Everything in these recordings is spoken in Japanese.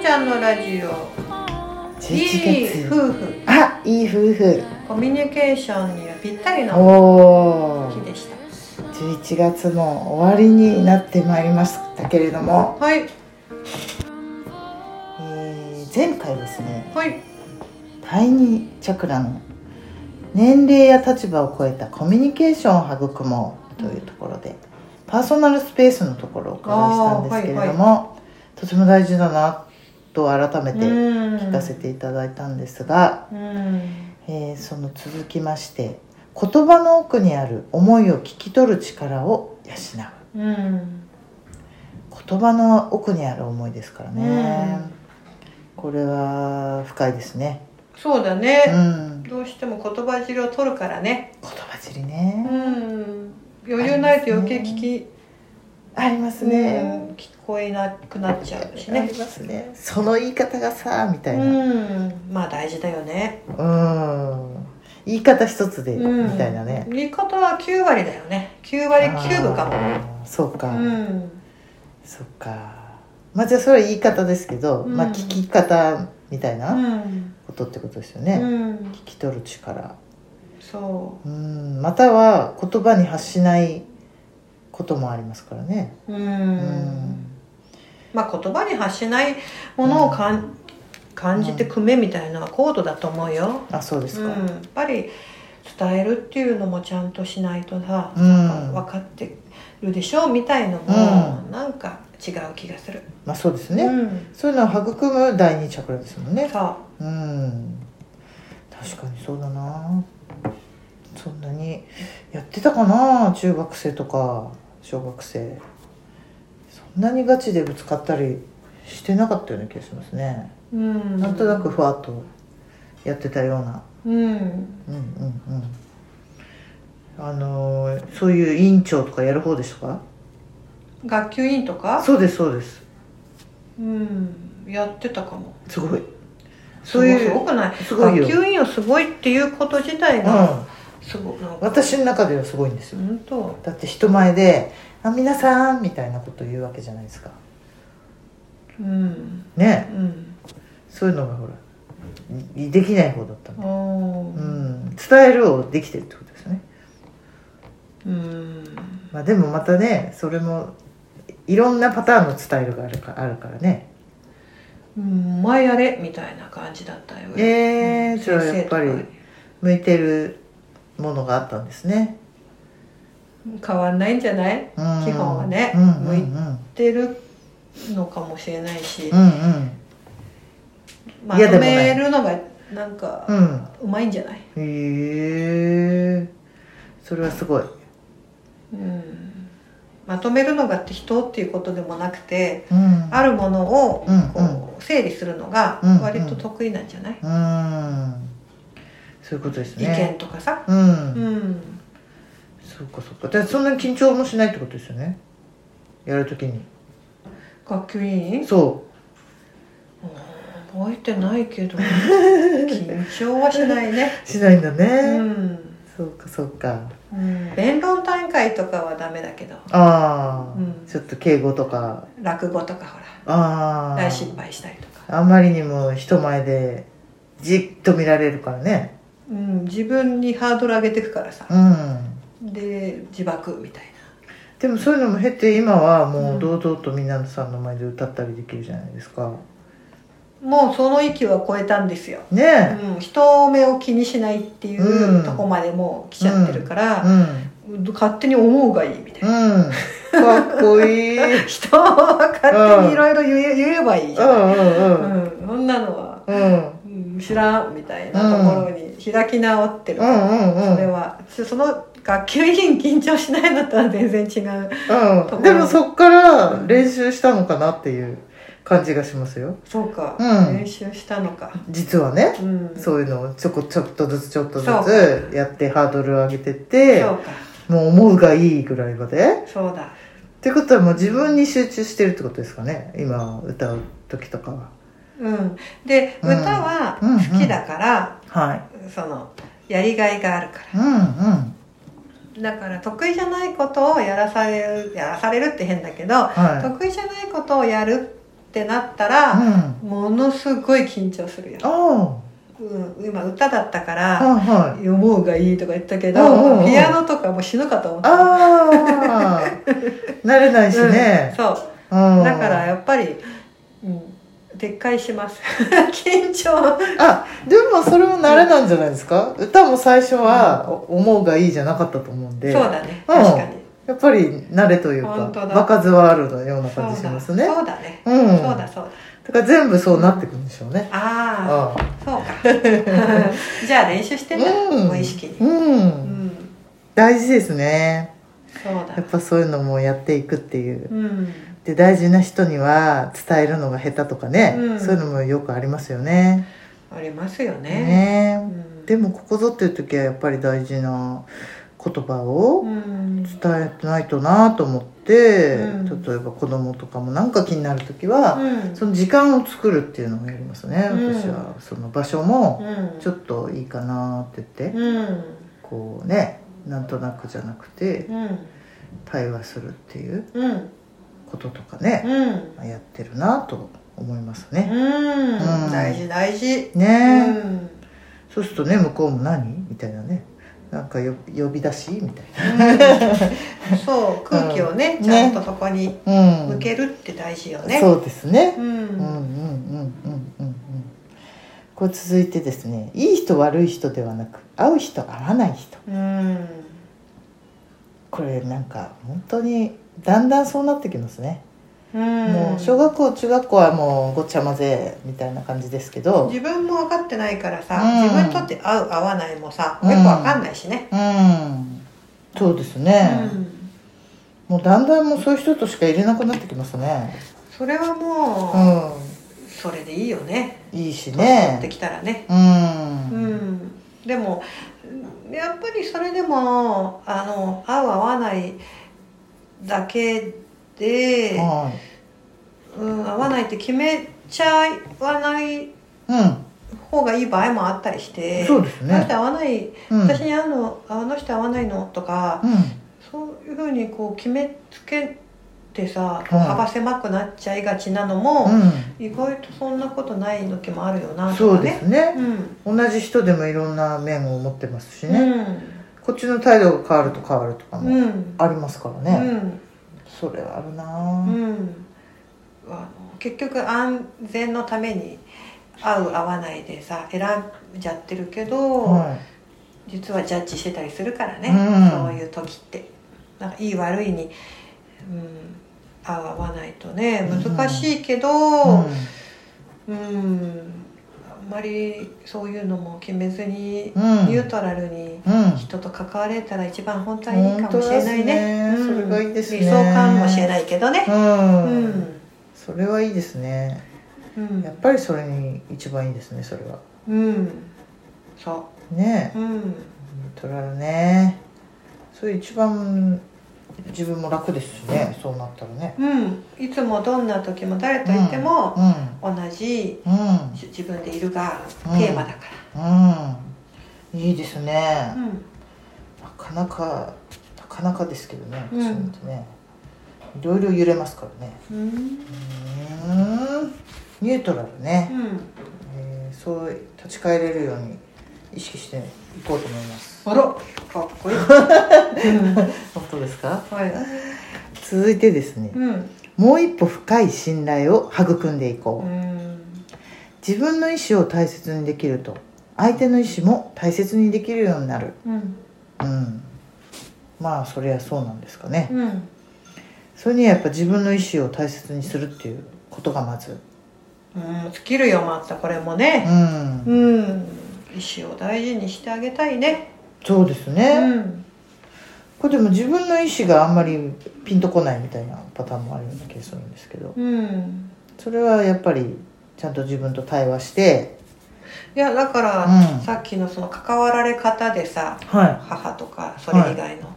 ちゃんのラジオいい11月夫婦あいい夫婦コミュニケーションにはぴったりのおお日でした11月も終わりになってまいりましたけれども、はいえー前回ですねはい第二チャクラの年齢や立場を超えたコミュニケーションを育もうというところでパーソナルスペースのところをお伺いしたんですけれども、あーとても大事だなと改めうんて聞かせていただいたんですが、うんえーその続きまして言葉の奥にある思いを聞き取る力を養ううん言葉の奥にある思いですからね、うんこれは深いですね、そうだうね、ん、言どうしても言葉尻を取るからね葉尻うね、ん余裕ないと余計聞き、ありますね、ね、聞こえなくなっちゃうしあねりますねその言い方がさみたういなうんんまあ大事だよね言い方一つで、うんみたいなね言い方は9割だよね9割9分かももそうか、うんそうかまあじゃあそれは言い方ですけど、うん、まあ聞き方みたいうなんことってことですようね、ん、聞き取る力そうんまたは言葉に発しないこともありますからねうう、うんまあ言葉に発しないものをかん、感じてくめみたいな高度だと思うよ、あそうですうん、か、やっぱり伝えるっていうのもちゃんとしないとさ、うん分かってるでしょみたいのも、うなんか違う気がするまあそうですね、うん、そういうのを育む第二チャクラですもんねさうん確かにそうだなそんなにやってたかな中学生とか小学生そんなにガチでぶつかったりしてなかったような気がしますね、うん、なんとなくふわっとやってたようなうんうんうんうんあのーそういう委員長とかやる方でしたか学級委員とかそうですそうですうんやってたかもすごいそういすごうくないすごいよ学級委員をすごいっていうこと自体うがんすごく、なんか私の中ではすごいんですよ本当だって人前で「あ皆さん」みたいなこと言うわけじゃないですかうんうねんそういうのがほらいできない方だったんあで、うーん、伝えるをできてるってことですね、うんまあ、でもまたねそれもいろんなパターンの伝えるがあるかあるからねうんお前やれみたいな感じだったよえうー、んじゃあやっぱり先生とか向いてるものがあったんですね、変わんないんじゃないうん、基本はねうんうんうん向いってるのかもしれないし、うんまとめるのがなんかうんうんうまいんじゃない、へえそれはすごいうん、まとめるのがって人っていうことでもなくてうんあるものをうんこう整理するのがうん割と得意なんじゃない、うーんそういうことです意ね見とかさ、うん、うん、そうかそうかだからそんなに緊張もしないってことですよねやるときに学級委員そ覚えてないけ ど緊張はしないね、うしないんだうね、んそうかそうかうん、弁論大会とかはダメだけどああ、うんちょっと敬語とか落語とかほらああ大失敗したりとか、あまりにも人前でじっと見られるからねうん、自分にハードル上げてくからさ、うんで自爆みたいでもそういうのも経て今はもうんう堂々とみんなさんの前で歌ったりできるじゃないですかなもうその域は超えたんですよ、ねうん、人目を気にしないっていうんうとこまでもう来ちゃってるかえら、うん勝手に思うがいいみたいな、うんかっこいい人は勝手にいろいろ言え言えばいいじうゃない、んうんうんうん、そんなのは、うんうん、知らんみたいなところに開き直ってるうから、んうんうんそれはその学級委員緊張しないのとは全然違ううん、でもそっから練習したのかなっていう感じがしますよそうか、うん練習したのか実はねうんそういうのをちょこちょっとずつちょっとずそうつやってハードルを上げてっそうてかもう思うがいいぐらいまでそうだってことはもう自分に集中してるってことですかね今歌う時とかはうんでうん歌はうんうん好きだから、はいそのやりがいがあるかうんうんらだから得意じゃないことをやらされるやらされるって変だけど、は得意じゃないことをやるってなったら、あものすごい緊張するよ、あうん、今歌だったかはらいはい読もうがいいとか言ったけうんうんうどんピアノとかもう死ぬかと思ったああ慣れないしうんね、そううんだからやっぱり、うん、撤回します 緊張あでもそれも慣れなんじゃないですか歌も最初は「お思うがいい」じゃなかったと思うんそうでだねうん確かにやっぱり慣れというか本当だ場数はあるようなそう感じしだますねそうだねうんそうだそうだだから全部そうなってくるんでしょうねああああそうか じゃあ練習してんだうん無意識にううんん大事ですねそうだやっぱそういうのもやっていくっていううんで大事な人には伝えるのが下手とかね、うんそういうのもよくありますよねありますよねうねんでもここぞっていう時はやっぱり大事な言葉をうん伝えないとなと思って、うん例えば子供とかもなんか気になる時は、うんその時間を作るっていうのをやりますね、うん私はその場所もうんちょっといいかなって言って、うんこうねなんとなくじゃなくてうん対話するっていううんこととかね、うんやってるなと思いますね、うんうん大事大事うね、んそうするとね向こうも何みたいなねなんかよ呼び出しみたいそう空気をね、うんちゃんとそこにな、向けるって大事よね。そうですね、うん。うんうんうんうんうんうんこう続いてですねいい人悪い人ではなく会う人会わない人うん。これなんか本当にだんだんそうなってきますね、うん。もう小学校中学校はもうごっちゃ混ぜみたいな感じですけど自分も分かってないからさ、うん自分にとって合う合わないもさ、うんよく分かんないしね。うんそうですうね、ん。もうだんだんもうそういう人としか入れなくなってきますねそれはうもんうそれでいいよね。いいし取ってねきたらね。うんう、ん。でもやっぱりそれでもあの合う合わないだけで、はいうん、合わないって決めちゃわないうん方がいい場合もあったりしてそうですあの人ね合わない、うん私に合うのあの人合わないのとか、うんそういうふうにこう決めつけてさ、うん幅狭くなっちゃいがちなのも、う、意外とそんなことない時もあるよなんとそうかですね。ねうん同じ人でもいろんな面を持ってますしうね、んこっちの態度が変わると変わるとかうもんありますからうね、んそれはあるなうぁんあの結局安全のために合う合わないでさ選んじゃってるけど、は実はジャッジしてたりするからね、うんそういう時ってなんかいい悪いに、うん、合う合わないとねうん難しいけど、い、うんうあんまりそういうのも決めずに、うんニュートラルにんうん人と関われたら一番本当はいいかもしれないね本当ですねそれがいいですね理想かもしれないけどねうんうんそれはいいですねうんやっぱりそれに一番いいですねそれはうんそねううんえ取られねそれ一番自分も楽ですしねそうなったらねうんいつもどんな時も誰といてもうん同じうんじ自分でいるがうんテーマだかうんいいですね、ら、うんなかなかなかなかですけどね、うんそういうのってねいろいろ揺れますからねうんうーんニュートラルね、えーそう立ち返れるように意識していこうと思いますあらかっこいい、うん、本当ですかはい、続いてですね、うんもう一歩深い信頼を育んでいこう、うん自分の意思を大切にできると相手の意思も大切にできるようになるうんうんまあそれはそうなんですかね、うんそれにはやっぱ自分の意思を大切にするっていうことがまずうんスキルよまたこれもうねん、うん意思を大事にしてあげたいねそうですうね、んこれでも自分の意思があんまりピンとこないみたいなパターンもあるような気がするんですけどうんそれはやっぱりちゃんと自分と対話していやだから、うんさっきのその関わられ方でさは母とかそれ以外の、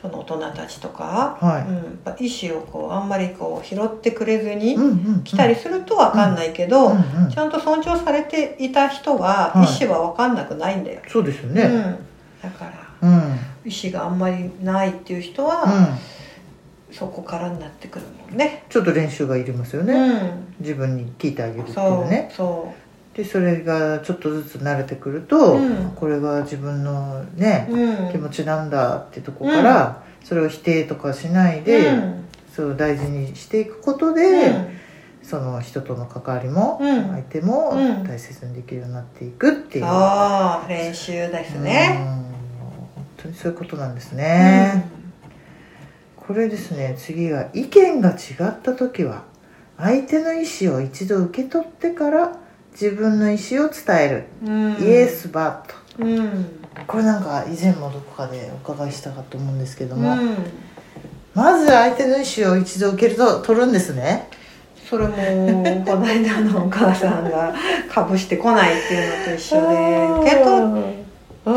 その大人たちとか、はうん、やっぱ意思をこうあんまりこう拾ってくれずに、い、うんうん、来たりするとわかんないけうど、んうんちゃんと尊重されていた人ははい意思は分かんなくないんだよ、そうですようねん、だからうんうん意思があんまりないっていう人うは、んそこからになってくるもんねちょっと練習がいりますよね、うん自分に聞いてあげるっていうそうねそでそれがちょっとずつ慣れてくると、うんこれが自分のねう、うん気持ちなんだってとこから、それを否定とかしないで、うんそう大事にしていくことで、その人との関わりも、うん相手もうん大切にできるようになっていくっていう、うん、ああ練習ですね本当にそういうことなんですね、これですね次が意見が違った時は相手の意思を一度受け取ってから自分の意思を伝える、うんイエスバットうんこれなんか以前もどこかでお伺いしたかと思うんですけどうも、んまず相手の意思を一度受けると取るんですねそれもこの間のお母さんがかぶしてこないっていうのと一 緒で受け取っっ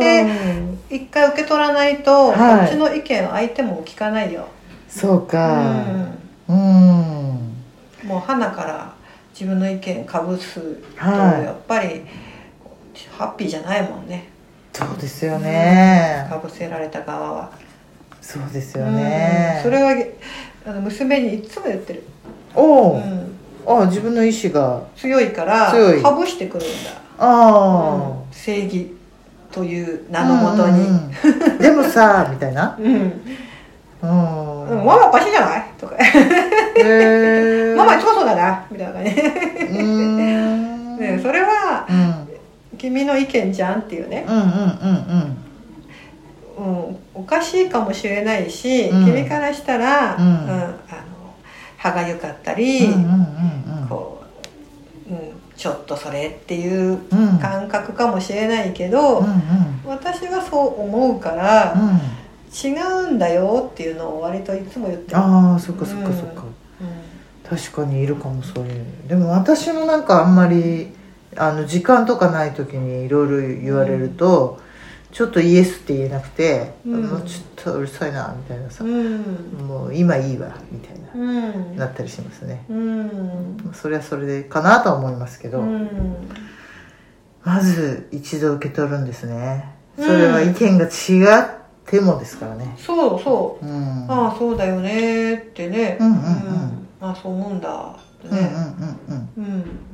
て一回受け取らないと、はいこっちの意見相手も聞かないよ、そううかん、うんもう花から自分の意見かぶすとはいやっぱりハッピーじゃないもんねそうですよねかぶせられた側は、そうですよねうんそれはあの娘にいつも言ってる、おうう、ん、あ自分の意思が強いから強いかぶしてくるんだ、あうん正義というあ名のもとに、うんでもさみたいなうんうんママおかしいじゃないとかへーママいつもそうだなみたいな感じでうーんねそれはうん君の意見じゃんっていうね、うんうんううんん、おかしいかもしれないし、うん君からしたら、うんあの歯がゆかったり、うんうんうんうんこう、うん、ちょっとそれっていううん感覚かもしれないけど、うんうん私はそう思うから、うん違うんだよっていうのを割といつも言ってる、ああそっかそっかそっか、う確かにいるかもそういうでも私もなんかあんまりあの時間とかない時にいろいろ言われると、ちょっとイエスって言えなくて、うんもうちょっとうるさいなみたいなさ、んうんもう今いいわみたいな、うんなったりしますねうんそれはそれでかなとは思いますけど、うんまず一度受け取るんですねうんそれは意見が違ってもですからね、そうそううん、ああそうだよねってね、うんうんうんああそう思うんだってうんうんね、うんうん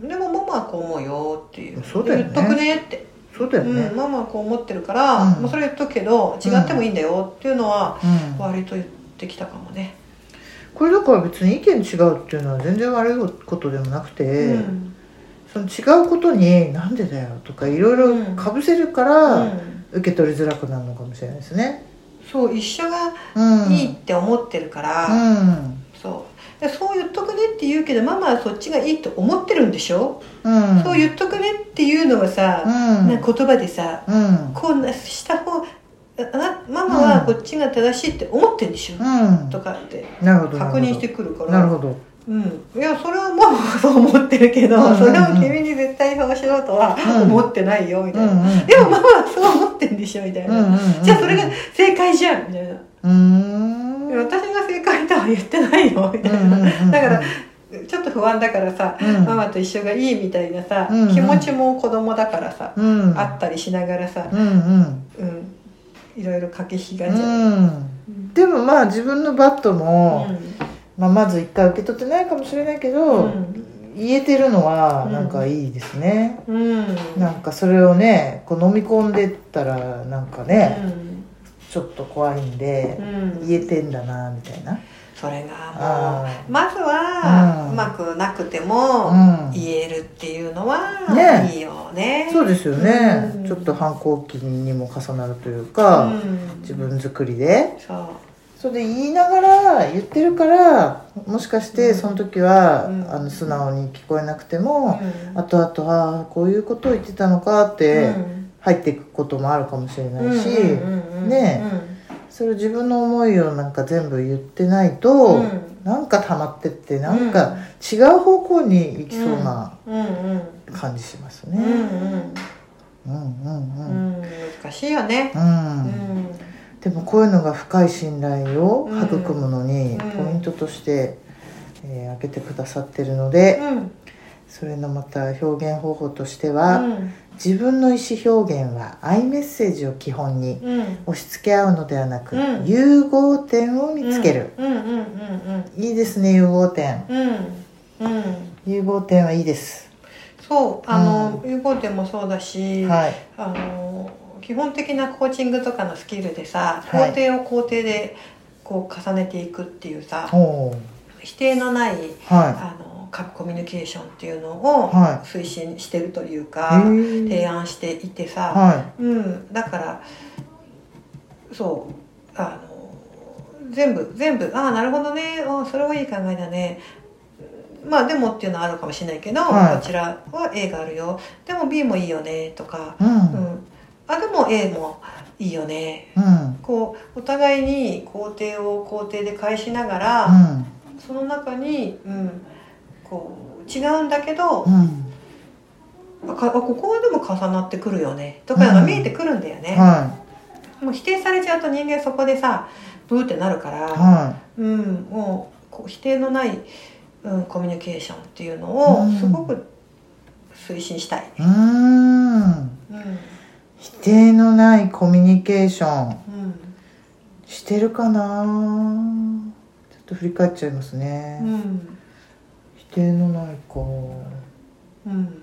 うんでもママはこう思うよっていうそうだよね言っとくねって、そうだよね、うん、ママはこう思ってるから、うんもうそれ言っとくけど違ってもいいんだよっていうのはうん割と言ってきたかもね、これだから別に意見違うっていうのは全然悪いことでもなくて、うんその違うことに「なんでだよ」とかいろいろかぶせるかうらん受け取りづらくなるのかもしれないですね。そう一緒がうん、いいって思ってるから、うんそうでそう言っとくねって言うけどママはそっちがいいと思ってるんでしょ、うん、そう言っとくねっていうのはさ、うんなんか言葉でさうんこんなした方あなママはこっちが正しいって思ってんでしょ、うんとかってなるほど確認してくるからなるほどうん、いやそれはママはそう思ってるけど、うんうんうんそれを君に絶対そうしろとはうん思ってないよみうたいんな、うんでもママはそう思ってんでしょみたいな、うんうんうんじゃあそれが正解じゃんみたいな、うーんいや私が正解とは言ってないよみたいな、うんうんうんうんだからちょっと不安だからさ、うんママと一緒がいいみたいなさ、うんうん気持ちも子供だからさ、うんあったりしながらさ、うんうんうん、いろいろ駆け引きがうちゃう、んうんでもまあ自分のバットも、うまあ、まず一回受け取ってないかもしれないけど、うん言えてるのはうんなんかいいですね、ん、なんかそれをねこう飲み込んでったらなんかね、うんちょっと怖いんでう、ん、言えてんだなみたいなそれがもあうまずはうんうまくなくてもうん言えるっていうのはねいいよね。ーそうですよね、うんちょっと反抗期にも重なるというか、うん自分作りでそそれで言いながら言ってるからもしかしてその時は、うんあの素直に聞こえなくてう、も、うん後々ああこういうことを言ってたのかってうん入っていくこともあるかもしれないし、うんうんうんねそれを自分の思いをなんか全部言ってないと、うんうんなんか溜まってってなんか違う方向に行きそうなうんうん感じしますうんうね。んうんうんううんん難しいよね。うんうんでもこういうのが深い信頼を育むのにうんポイントとして、えー、挙げてくださってるので、うんそれのまた表現方法としてうは、ん自分の意思表現はアイメッセージを基本にうん押し付け合うのではなく、うん融合点を見つける、うんうんうんうんいいですね融合点うんうん融合点はいいですそうあの、融合点もそうだし、はいあの基本的なコーチングとかのスキルでさはい工程を工程でこう重ねていくっていうさ、おー否定のないはあの各コミュニケーションっていうのいをは推進してるというか、いへ提え案していてさ、はうん、だからそうあの全部全部ああなるほどねあそれはいい考えだねまあでもっていうのはあるかもしれないけど、はいこちらは A があるよでも B もいいよねとか、いうんううんん、あでも A もいいよねうんこうお互いに工程を工程で返しながら、その中に、うん、こう違うんだけど、うんかあここはでも重なってくるよねとかいうのが見えてくるんだよね、はもう否定されちゃうと人間そこでさブーってなるから、いはうん、もうこう否定のない、うん、コミュニケーションっていうのうをんすごく推進したい、いうーんうん否定のないコミュニケーションうしてるかなちょっと振り返っちゃいますね、んうん否定のないかうん、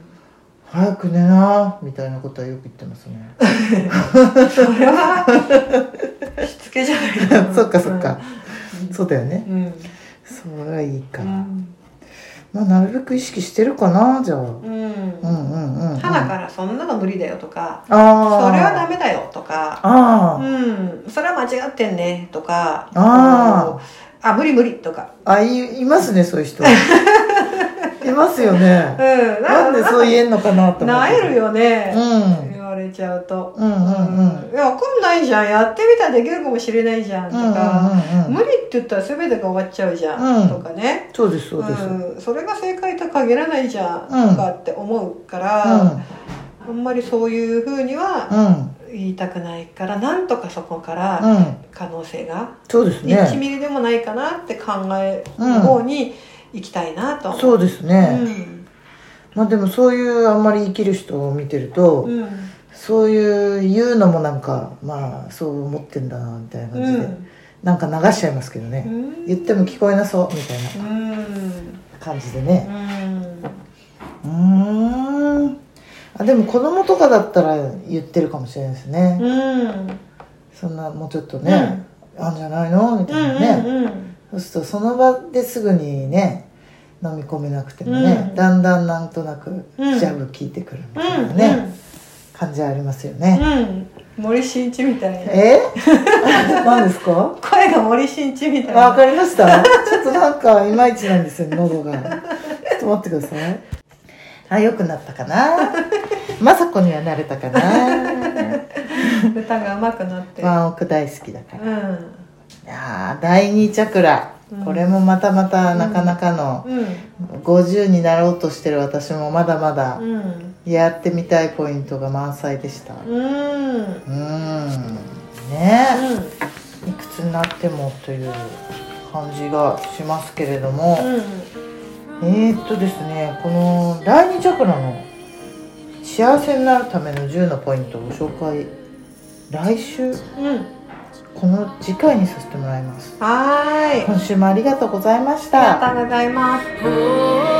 早く寝なみたいなことはよく言ってま すねそれはしつけじゃないかな そっかそっか、そうだよねうんうんそれはいいかうら、んまあなるべく意識してるかなじゃあ、うん、うんうんうんうん花からそんなの無理だよとか、ああそれはダメだよとかああ、うん、それは間違ってんねとかあああ無理無理とか、あいいますねそうい う人いますようん、ねなんでそうう言えんのかなと思っなてえるよね、うん言われちゃうと、うんうんうんいや分かんないじゃんやってみたらできるかもしれないじゃんとか、うんうんうんうん、無理って言ったら全てが終わっちゃうじゃん、うんとかねそうですそうです、うんん、それが正解とは限らないじゃん、うんとかって思うから、あんまりそういうふうにはうん言いたくないからなんとかそこからうん可能性がそうです1ねミリでもないかなって考える方に行きたいなと思そうですね、うんまあでもそういうあんまり生きる人を見てると、うんそういう言うのもなんかまあそう思ってんだなみたいな感うじで、んなんか流しちゃいますけどね、言っても聞こえなそうみたいなうん感じでねうんうーんあでも子供とかだったら言ってるかもしれないですね、うんそんなもうちょっとね、あんじゃないのみたいなね、うんうんそうするとその場ですぐにね飲み込めなくてもね、うんだんだんなんとなくうんジャブ効いてくるみうたいんなね、感じはありますよね、うんうん森進一みたいなえ 何ですか声が森進一みたい わなかりましたちょっとなんかいまいちなんですよ喉がちょっと待ってくださいあ良くなったかな政子にはなれたかな歌が上手くなってワンオク大好きだからうんあー第二チャクラ、うんこれもまたまたなかなかの、うん50になろうとしてる私もまだまだうんやってみたいポイントが満載でしたうんうんうーんねえいくつになってもという感じがしますけれどもえー、っとですねこの第二チャクラの幸せになるための10のポイントをご紹介来週うんこの次回にさせてもらいますはーい今週もありがとうございまあしりたがとうございます「もう